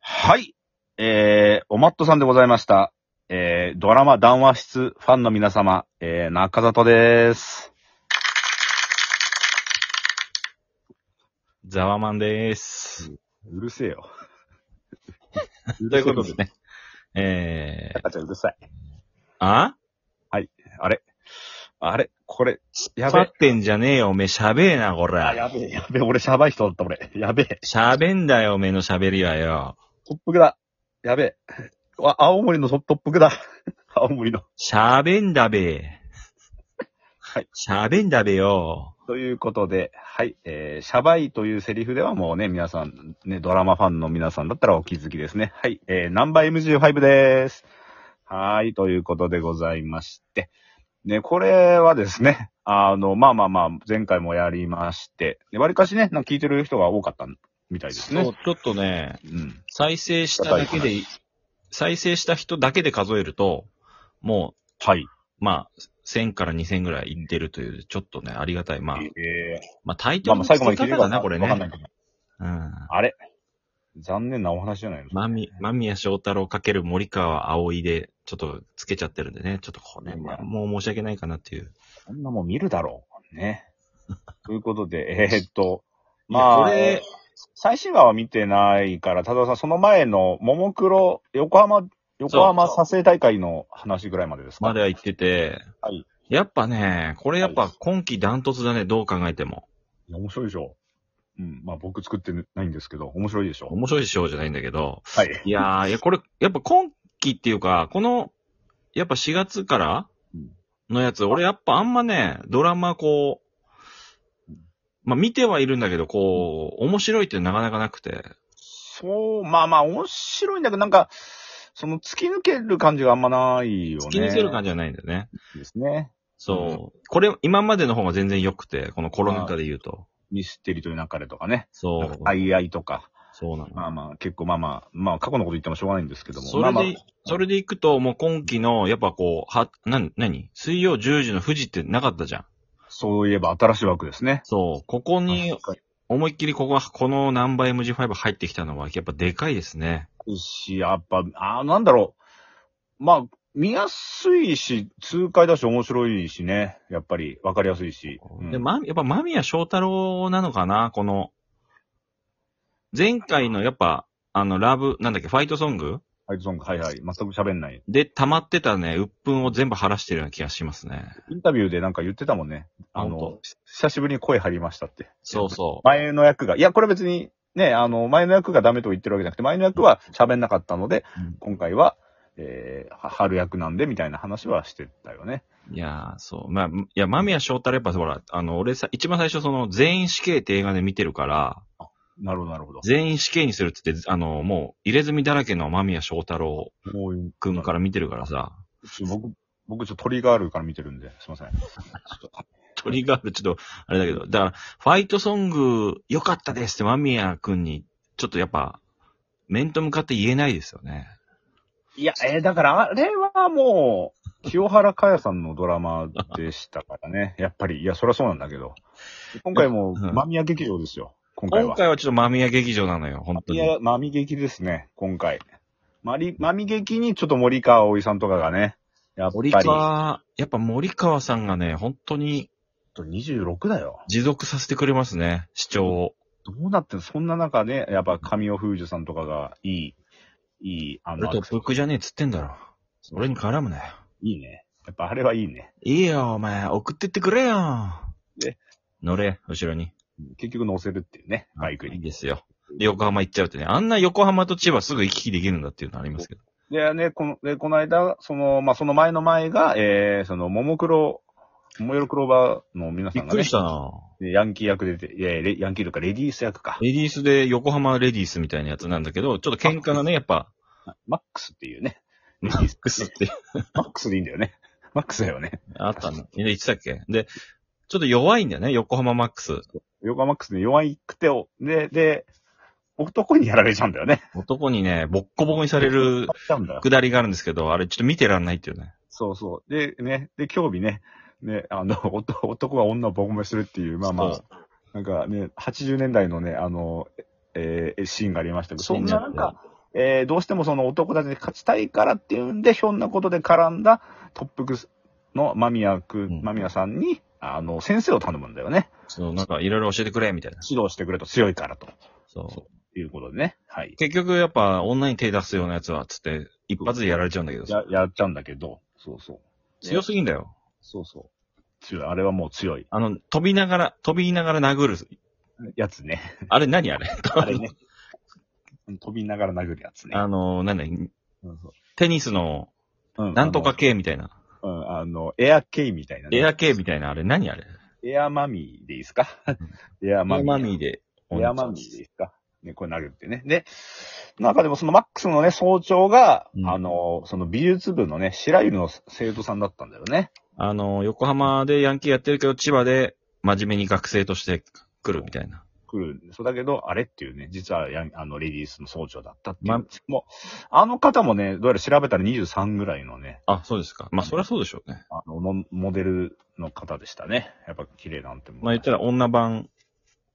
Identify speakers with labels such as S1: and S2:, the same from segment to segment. S1: はい。えー、おまっとさんでございました。えー、ドラマ談話室ファンの皆様、えー、中里です。
S2: ザワマンです。
S1: うるせえよ。
S2: ということでね。えー、
S1: 赤ちゃんうるさい。
S2: あ
S1: あれあれこれ、やべ
S2: 立
S1: え
S2: っ。てんじゃねえよ、おめえ喋えな、こ
S1: あ
S2: ら。
S1: べえ、やべえ。俺、シャバい人だった、俺。やべえ。
S2: 喋んだよ、おめえの喋りはよ。
S1: トップだ。やべえ。わ、青森のトップだ。青森の。
S2: 喋んだべ。
S1: はい。
S2: 喋んだべよ。
S1: ということで、はい、えー、シャバいというセリフではもうね、皆さん、ね、ドラマファンの皆さんだったらお気づきですね。はい、えー、ナンバー MG5 です。はーい、ということでございまして。ね、これはですね、あの、まあまあまあ、前回もやりまして、わりかしね、なんか聞いてる人が多かったみたいです
S2: そう
S1: ね。、
S2: ちょっとね、
S1: うん。
S2: 再生しただ
S1: 硬
S2: け
S1: い
S2: で、再生した人だけで数えると、も
S1: はい。
S2: う、まあ、1000から2000ぐらいいってるという、ちょっとね、ありがたい。まあ
S1: え、え
S2: まあ、タイ
S1: ま
S2: ト
S1: あま
S2: ル
S1: あ、
S2: の
S1: 最後まで聞
S2: 付
S1: いてる
S2: け方
S1: か
S2: だな、これ
S1: わ
S2: ね
S1: かんない。けど
S2: うん。
S1: あれ残念なお話じゃないの
S2: まみ、間宮祥太郎かける森川葵で、ちょっとつけちゃってるんでね、ちょっとこれはもう申し訳ないかなっていう。
S1: そんなもん見るだろう。 ね。ということで、えーっと、
S2: いや
S1: ま
S2: こ
S1: あ、
S2: れ
S1: 最新話は見てないから、多田さん、その前の、ももクロ、横浜、横浜
S2: そう
S1: 撮影大会の話ぐらいまでですか
S2: までは言ってて、
S1: はい
S2: やっぱね、これやっ
S1: は
S2: ぱ
S1: い
S2: 今季ダントツだね、どう考えても。
S1: いや面白いでしょ。うん。まあ、僕作ってないんですけど、面白いでしょ。
S2: 面白い賞じゃないんだけど、
S1: はい。
S2: いやー、いやこれ、やっぱ今季っていうか、この、やっぱ4月から
S1: うん
S2: のやつ、俺やっぱあんまね、ドラマこう、まあ見てはいるんだけど、こう、面白いってなかなかなくて。
S1: そう、まあまあ、面白いんだけど、なんか、その、突き抜ける感じがあんまないよね。
S2: 突き抜ける感じじゃないんだよね。
S1: じですね。
S2: そう。これ、今までの方が全然良くて、このコロナ禍で言うと。
S1: ミステリという流れとかね。
S2: そ
S1: なんか
S2: う。
S1: あいあいとか。
S2: そうな
S1: まあ
S2: の。
S1: まあ、結構まあまあ、まあ、過去のこと言ってもしょうがないんですけども。
S2: そ
S1: まあ
S2: れ
S1: まあ
S2: で、それで行くと、もう今期の、やっぱこう、は、なん、何水曜10時の富士ってなかったじゃん。
S1: そういえば新しい枠ですね。
S2: そう。ここに、思いっきりここは、この何倍 MG5 入ってきたのは、やっぱでかいですね。
S1: し、やっぱ、あーなんだろう。まあ、見やすいし、痛快だし、面白いしね。やっぱり、わかりやすいし。うん
S2: で、ま、やっぱ間宮祥太郎なのかなこの、前回のやっぱ、あの、ラブ、なんだっけ、ファイトソング
S1: ファイトソング、はいはい。全く喋んない。
S2: で溜まってたね、鬱憤を全部晴らしてるような気がしますね。
S1: インタビューでなんか言ってたもんね。あ
S2: 本
S1: の
S2: 当、
S1: 久しぶりに声張りましたって。
S2: そうそう。
S1: 前の役が、いや、これ別に、ね、あの、前の役がダメと言ってるわけじゃなくて、前の役は喋んなかったので、
S2: うん
S1: 今回は、えー、は春役なんで、みたいな話はしてたよね。
S2: いやー、そう。まあ、いや、間宮祥太郎やっぱほら、あの、俺さ、一番最初その、全員死刑って映画で見てるから、
S1: なるほど、なるほど。
S2: 全員死刑にするって言って、あの、もう、入れ墨だらけの間宮祥太郎
S1: こういう
S2: くんから見てるからさ、
S1: 僕、僕ちょっとトリガールから見てるんで、すいません。ちょっと
S2: トリガールちょっと、あれだけど、だから、ファイトソング、良かったですって間宮くんに、ちょっとやっぱ、面と向かって言えないですよね。
S1: いや、えーだから、あれはもう、清原かやさんのドラマでしたから ね。やっぱり、いや、そりゃそうなんだけど。今回も、
S2: うん
S1: 間宮劇場ですよ。今回
S2: 今
S1: は。
S2: 回はちょっと間宮劇場なのよ、本当
S1: い
S2: に。
S1: や、間宮劇ですね、今回。マリ、マミ劇にちょっと森川葵さんとかがね、やっぱり、
S2: 森
S1: ちょっ
S2: 川、やっぱ森川さんがね、本当に
S1: と26だよ。
S2: 持続させてくれますね、視聴を。
S1: どうなってんのそんな中で、やっぱ神尾楓珠さんとかが、いい、いい、あ
S2: 俺
S1: の、
S2: トップクじゃねえっつってんだろ。俺に絡むなよ。
S1: いいね。やっぱあれはいいね。
S2: いいよ、お前。送ってってくれよ。
S1: え
S2: 乗れ、後ろに。
S1: 結局乗せるっていうね、バイク
S2: いい
S1: に。
S2: ですよ。で、横浜行っちゃうってね。あんな横浜と千葉すぐ行き来できるんだっていうのありますけど。
S1: で、ね、この、で、この間、その、まあ、その前の前が、えー、その、ももクロ、もよろクローバーの皆さ
S2: び
S1: ん
S2: っ
S1: が
S2: く
S1: ね
S2: りし、たな
S1: でヤンキー役で出て、いやレヤンキーというかレディース役か。
S2: レディースで横浜レディースみたいなやつなんだけど、ちょっと喧嘩がね、やっぱ、
S1: マックスっていうね。
S2: マックスって、
S1: マックスでいいんだよね。マックスだよね。
S2: あったの。で、言ってたっけで、ちょっと弱いんだよね、横浜マックス。
S1: ヨガマックスで弱いくてを、で、で、男にやられちゃうんだよね。
S2: 男にね、ボッコボコにされる
S1: やっちゃうんだよ
S2: くだりがあるんですけど、あれちょっと見てらんないっていうね。
S1: そうそう。で、ね、で、興味ね、ね、あの、 おと男が女をボコめするっていう、まあま
S2: そう
S1: あ、なんかね、80年代のね、あの、えーシーンがありましたけど、
S2: シ
S1: そ
S2: ー
S1: ん
S2: ンじゃ
S1: なない
S2: な
S1: んか、えーどうしてもその男たちに勝ちたいからっていうんで、ひょんなことで絡んだトップクスの間宮く、
S2: うん
S1: 間宮さんに、あの、先生を頼むんだよね。
S2: そう、なんかいろいろ教えてくれ、みたいな。
S1: 指導してくれと強いからと。
S2: そ。。
S1: いうことでね。はいう
S2: 結局やっぱ女に手出すようなやつは、つって、一発でやられちゃうんだけど、
S1: や、やっちゃうんだけど。そうそう。
S2: 強すぎんだよ。
S1: そうそう。強い。あれはもう強い
S2: あの、飛びながら、飛びながら 殴る。
S1: やつね。
S2: あれ何あれ
S1: あれね。飛びながら殴るやつね。
S2: あの、なんだ、
S1: そうそう
S2: テニスの、
S1: うん
S2: なんとか系みたいな。
S1: あのうん、あの、エア系みたいなね、
S2: エア系みたいな、あれ何あれ
S1: エアマミーでいいですかエアマミー。
S2: マミーで。
S1: エアマミーでいいですかね、これ投げるってね。で、なんかでもそのマックスのね、総長が、
S2: うん
S1: あの、その美術部のね、白百合の生徒さんだったんだよね。
S2: あの、横浜でヤンキーやってるけど、千葉で真面目に学生として来るみたいな。
S1: 来るんでそうだけど、あれっていうね、実はやんあの、レディースの総長だったっていう。
S2: ま
S1: もう、あの方もね、どうやら調べたら23ぐらいのね、
S2: あ、そうですか。まあ、そりゃそうでしょうね。
S1: あの、モモデルの方でしたね。やっぱ綺麗なんてもん。
S2: まあ、言ったら女版、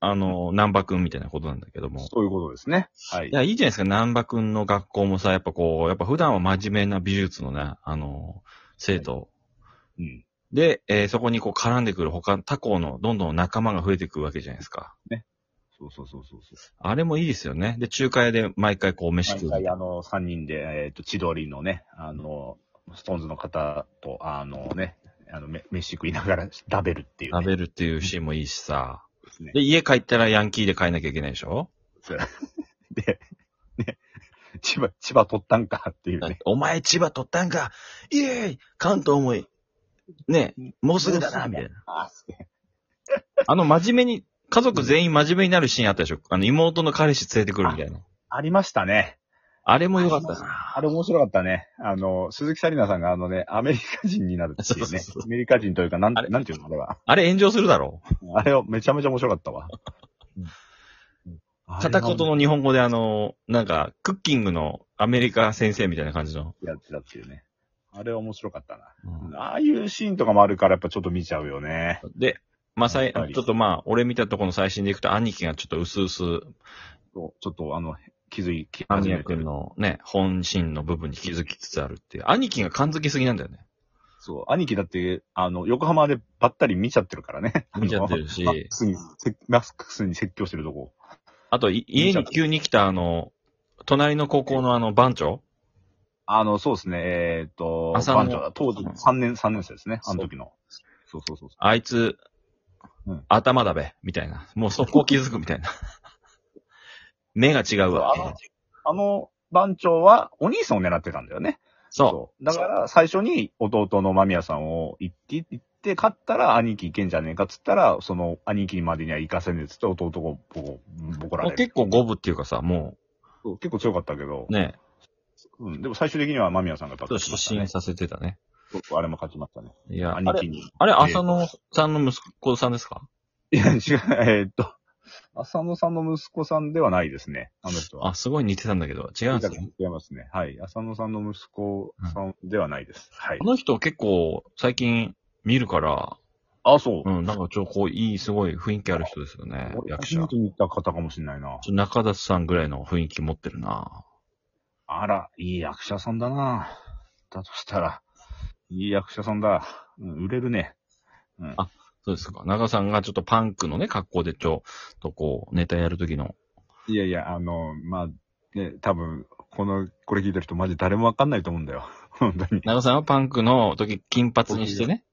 S2: あの、南波くんみたいなことなんだけども。
S1: そういうことですね。はい
S2: い。や、いいじゃないですか。南波くんの学校もさ、やっぱこう、やっぱ普段は真面目な美術のね、あの、生徒。
S1: うん。
S2: で、えーそこにこう絡んでくる他、他校のどんどん仲間が増えていくわけじゃないですか。
S1: そうそうそうそうそう。
S2: あれもいいですよね。で、仲介で毎回こう飯食うみたい
S1: 毎回
S2: な。
S1: あの、3人で、えっ、と、千鳥のね、あの、ストーンズの方と、あのね、あの、め飯食いながら 食べるっていう、ね。
S2: 食べるっていうシーンもいいしさ。
S1: ですね
S2: で、。家帰ったらヤンキーで帰んなきゃいけないでしょ
S1: で、ね、千葉、千葉取ったんかっていうね。
S2: お前千葉取ったんかイエーイ関東もいねえ、もうすぐだ
S1: も
S2: な
S1: うす
S2: み
S1: ぐだ
S2: たいな。
S1: あ、すげえ。
S2: あの真面目に、家族全員真面目になるシーンあったでしょあの妹の彼氏連れてくるみたいな。
S1: ありましたね。
S2: あれもよかったな。
S1: あれ面白かったね。あの、鈴木紗理奈さんがあのね、アメリカ人になるっていうね。
S2: そうそうそう
S1: アメリカ人というか、なん、
S2: あれ
S1: なんていうのあれは。
S2: あれ炎上するだろ
S1: あれをめちゃめちゃ面白かった わ。うん
S2: 片言。の日本語であの、なんか、クッキングのアメリカ先生みたいな感じの。
S1: やつだっていうね。あれ面白かったな。ああいうシーンとかもあるから、やっぱちょっと見ちゃうよね。
S2: で、まあ、さい
S1: やっぱり
S2: ちょっとまあ、俺見たとこの最新でいくと、兄貴がちょっと薄々、
S1: そうちょっとあの、気づい、気
S2: 間
S1: 始
S2: 宮
S1: めて
S2: 君
S1: る。
S2: のね、本心の部分に気づきつつあるっていう。兄貴が感づきすぎなんだよね。
S1: そう。兄貴だって、あの、横浜でばったり見ちゃってるからね。
S2: 見ちゃってるし
S1: あのマックスに、せマスクスに説教してるとこ。
S2: あと、い家に急に来たあの、隣の高校のあの番長
S1: あの、そうですね。えっ、と、
S2: 浅野
S1: 番長当時3年、三年生ですね。あの時の。そうそうそうそ
S2: あいつ、
S1: うん
S2: 頭だべ、みたいな。もう速攻気づくみた いな。目が違う
S1: う。
S2: わ
S1: あ。の、あの番長はお兄さんを狙ってたんだよね。
S2: そ
S1: そう。だから、最初に弟の間宮さんを行って、行って、勝ったら兄貴行けんじゃねえかっつったら、その兄貴までには行かせねえっつって弟がボコ、ボコら
S2: う。も
S1: れ
S2: う
S1: る。
S2: 結構五分っていうかさ、も
S1: そう結構強かったけど、
S2: う、ね、
S1: うん。でも最終的には間宮さんがやっぱ
S2: ちょっと
S1: 勝ちま
S2: 失
S1: したね
S2: 神。させてたね。
S1: そうそうあれも勝ちましたね。
S2: いや、あ
S1: 兄
S2: れ、
S1: 貴に。
S2: あれ浅野さんの息子さんですか
S1: いや、違う、えーっと、浅野さんの息子さんではないですね。あの人は。
S2: あ、すごい似てたんだけど、違うんですね。
S1: 違いますね。はい。浅野さんの息子さんではないです。はい
S2: こ。の人結構最近見るから、
S1: あ、そう。
S2: うん、なんかちょっとこう、いい、すごい雰囲気ある人ですよね、
S1: 俺
S2: 役
S1: 初
S2: 者。ち
S1: め
S2: ょ
S1: て見た方かもしれないな。
S2: 中田さんぐらいの雰囲気持ってるな
S1: あら、いい役者さんだな。だとしたら、いい役者さんだ。うん、売れるね。うん。
S2: あそうですか。長さんがちょっとパンクのね、格好でちょっとこう、ネタやるときの。
S1: いやいや、あの、まあ、ね、多分、この、これ聞いてる人マジ誰もわかんないと思うんだよ。 本当に。
S2: 長さんはパンクの時、金髪にしてね。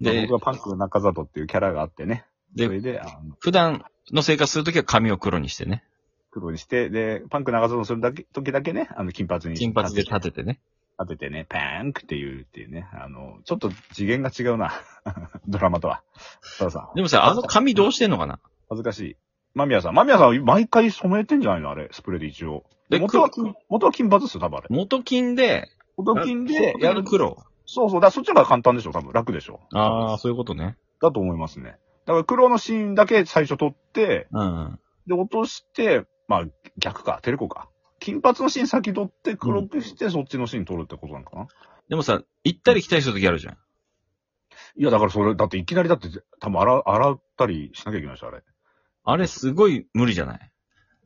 S1: で、
S2: で
S1: 僕、はパンクの中里っていうキャラがあってね。そ
S2: で、
S1: れで、あの、
S2: 普段の生活するときは髪を黒にしてね。
S1: 黒にして、で、パンク中里のするだけ、時だけね、あの、金髪に。
S2: 金髪で立
S1: て。
S2: ててね。
S1: 当ててね、パンクっていう、っていうね。あの、ちょっと次元が違うな。 ドラマとは。そうさん。
S2: でもさ、あの髪どうしてんのかな
S1: 恥ずかしい。間宮さん。間宮さん、毎回染めてんじゃないのあれ、スプレーで一応。
S2: で
S1: 元は金、元は金髪ですよ、多分あれ。
S2: 元金で、
S1: 元金でや
S2: や
S1: る
S2: る。黒。
S1: そうそう。だからそっちの方が簡単でしょ、多分。楽でしょ。
S2: ああ、そういうことね。
S1: だと思いますね。だから黒のシーンだけ最初撮って、
S2: うん。
S1: で、落として、まあ、逆か、テレコか。金髪のシーン先撮って、黒くして、そっちのシーン撮るってことなのかな、
S2: でもさ、行ったり来たりするときあるじゃん。
S1: いや、だからそれ、だっていきなりだって、多分洗う、洗ったりしなきゃいけないでしょ、あれ。
S2: あれすごい無理じゃない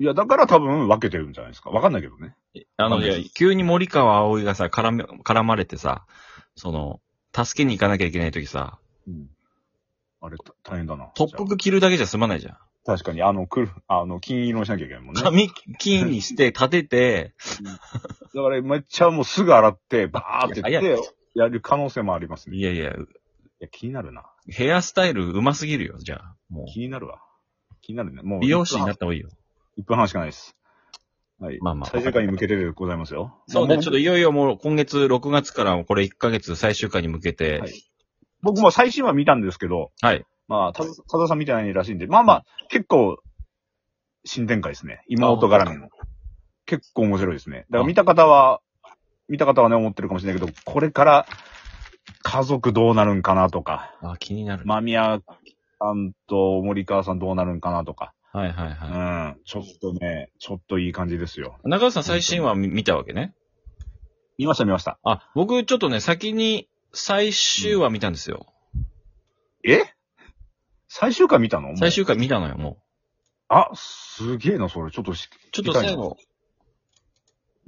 S1: いや、だから多分分けてるんじゃないですか。わかんないけどね。
S2: あの、
S1: なん
S2: い
S1: で
S2: や急に森川葵がさ、絡め、絡まれてさ、その、助けに行かなきゃいけないときさ、
S1: うん。あれ、た大変だな。
S2: 特服着るだけじゃ済まないじゃん。
S1: 確かに、あの、くる、あの、金色にしなきゃいけないもんね。
S2: 髪金にして、立て て、
S1: だから、めっちゃもうすぐ洗って、バーって
S2: いや
S1: 言って、やる可能性もありますね。い
S2: いやいや、
S1: や、気になるな。
S2: ヘアスタイル上手すぎるよ、じゃあ。も
S1: 気になるわ。気になるね。も
S2: う。
S1: う、
S2: 美容師になった方がいいよ。
S1: 1分半しかないです。はい。
S2: まあまあ
S1: 最終回に向けてでございますよ。
S2: そうね、
S1: まあ
S2: ちょっといよいよもう今月6月からもこれ1ヶ月最終回に向けて、
S1: はい僕も最新話見たんですけど、
S2: はい。
S1: まあ、たず、たださん見てないらしいんで、まあまあ、結構、新展開ですね。妹絡みの。結構面白いですね。だから見た方は、見た方はね、思ってるかもしれないけど、これから、家族どうなるんかなとか、
S2: あ、気になる。
S1: 間宮さんと森川さんどうなるんかなとか、
S2: はいはいうは
S1: ん、ちょっとね、ちょっといい感じですよ。
S2: い。中尾さん最新話見見たわけね。
S1: 見ました見ました。
S2: あ、僕ちょっとね、先に最終話見たんですよ。
S1: え最終回見たのもう
S2: 最終回見たのよ、も
S1: あ、すげえな、それ。ちょっとし、
S2: う。ちょっと最後、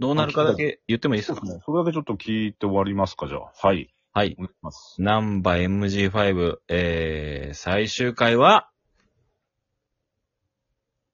S2: どうなるかだけ言ってもいいです
S1: そう
S2: か
S1: ですね。それだけちょっと聞いて終わりますか、じゃあ。はい。
S2: はい。
S1: お願いします。
S2: ナンバ MG5、えー、最終回は、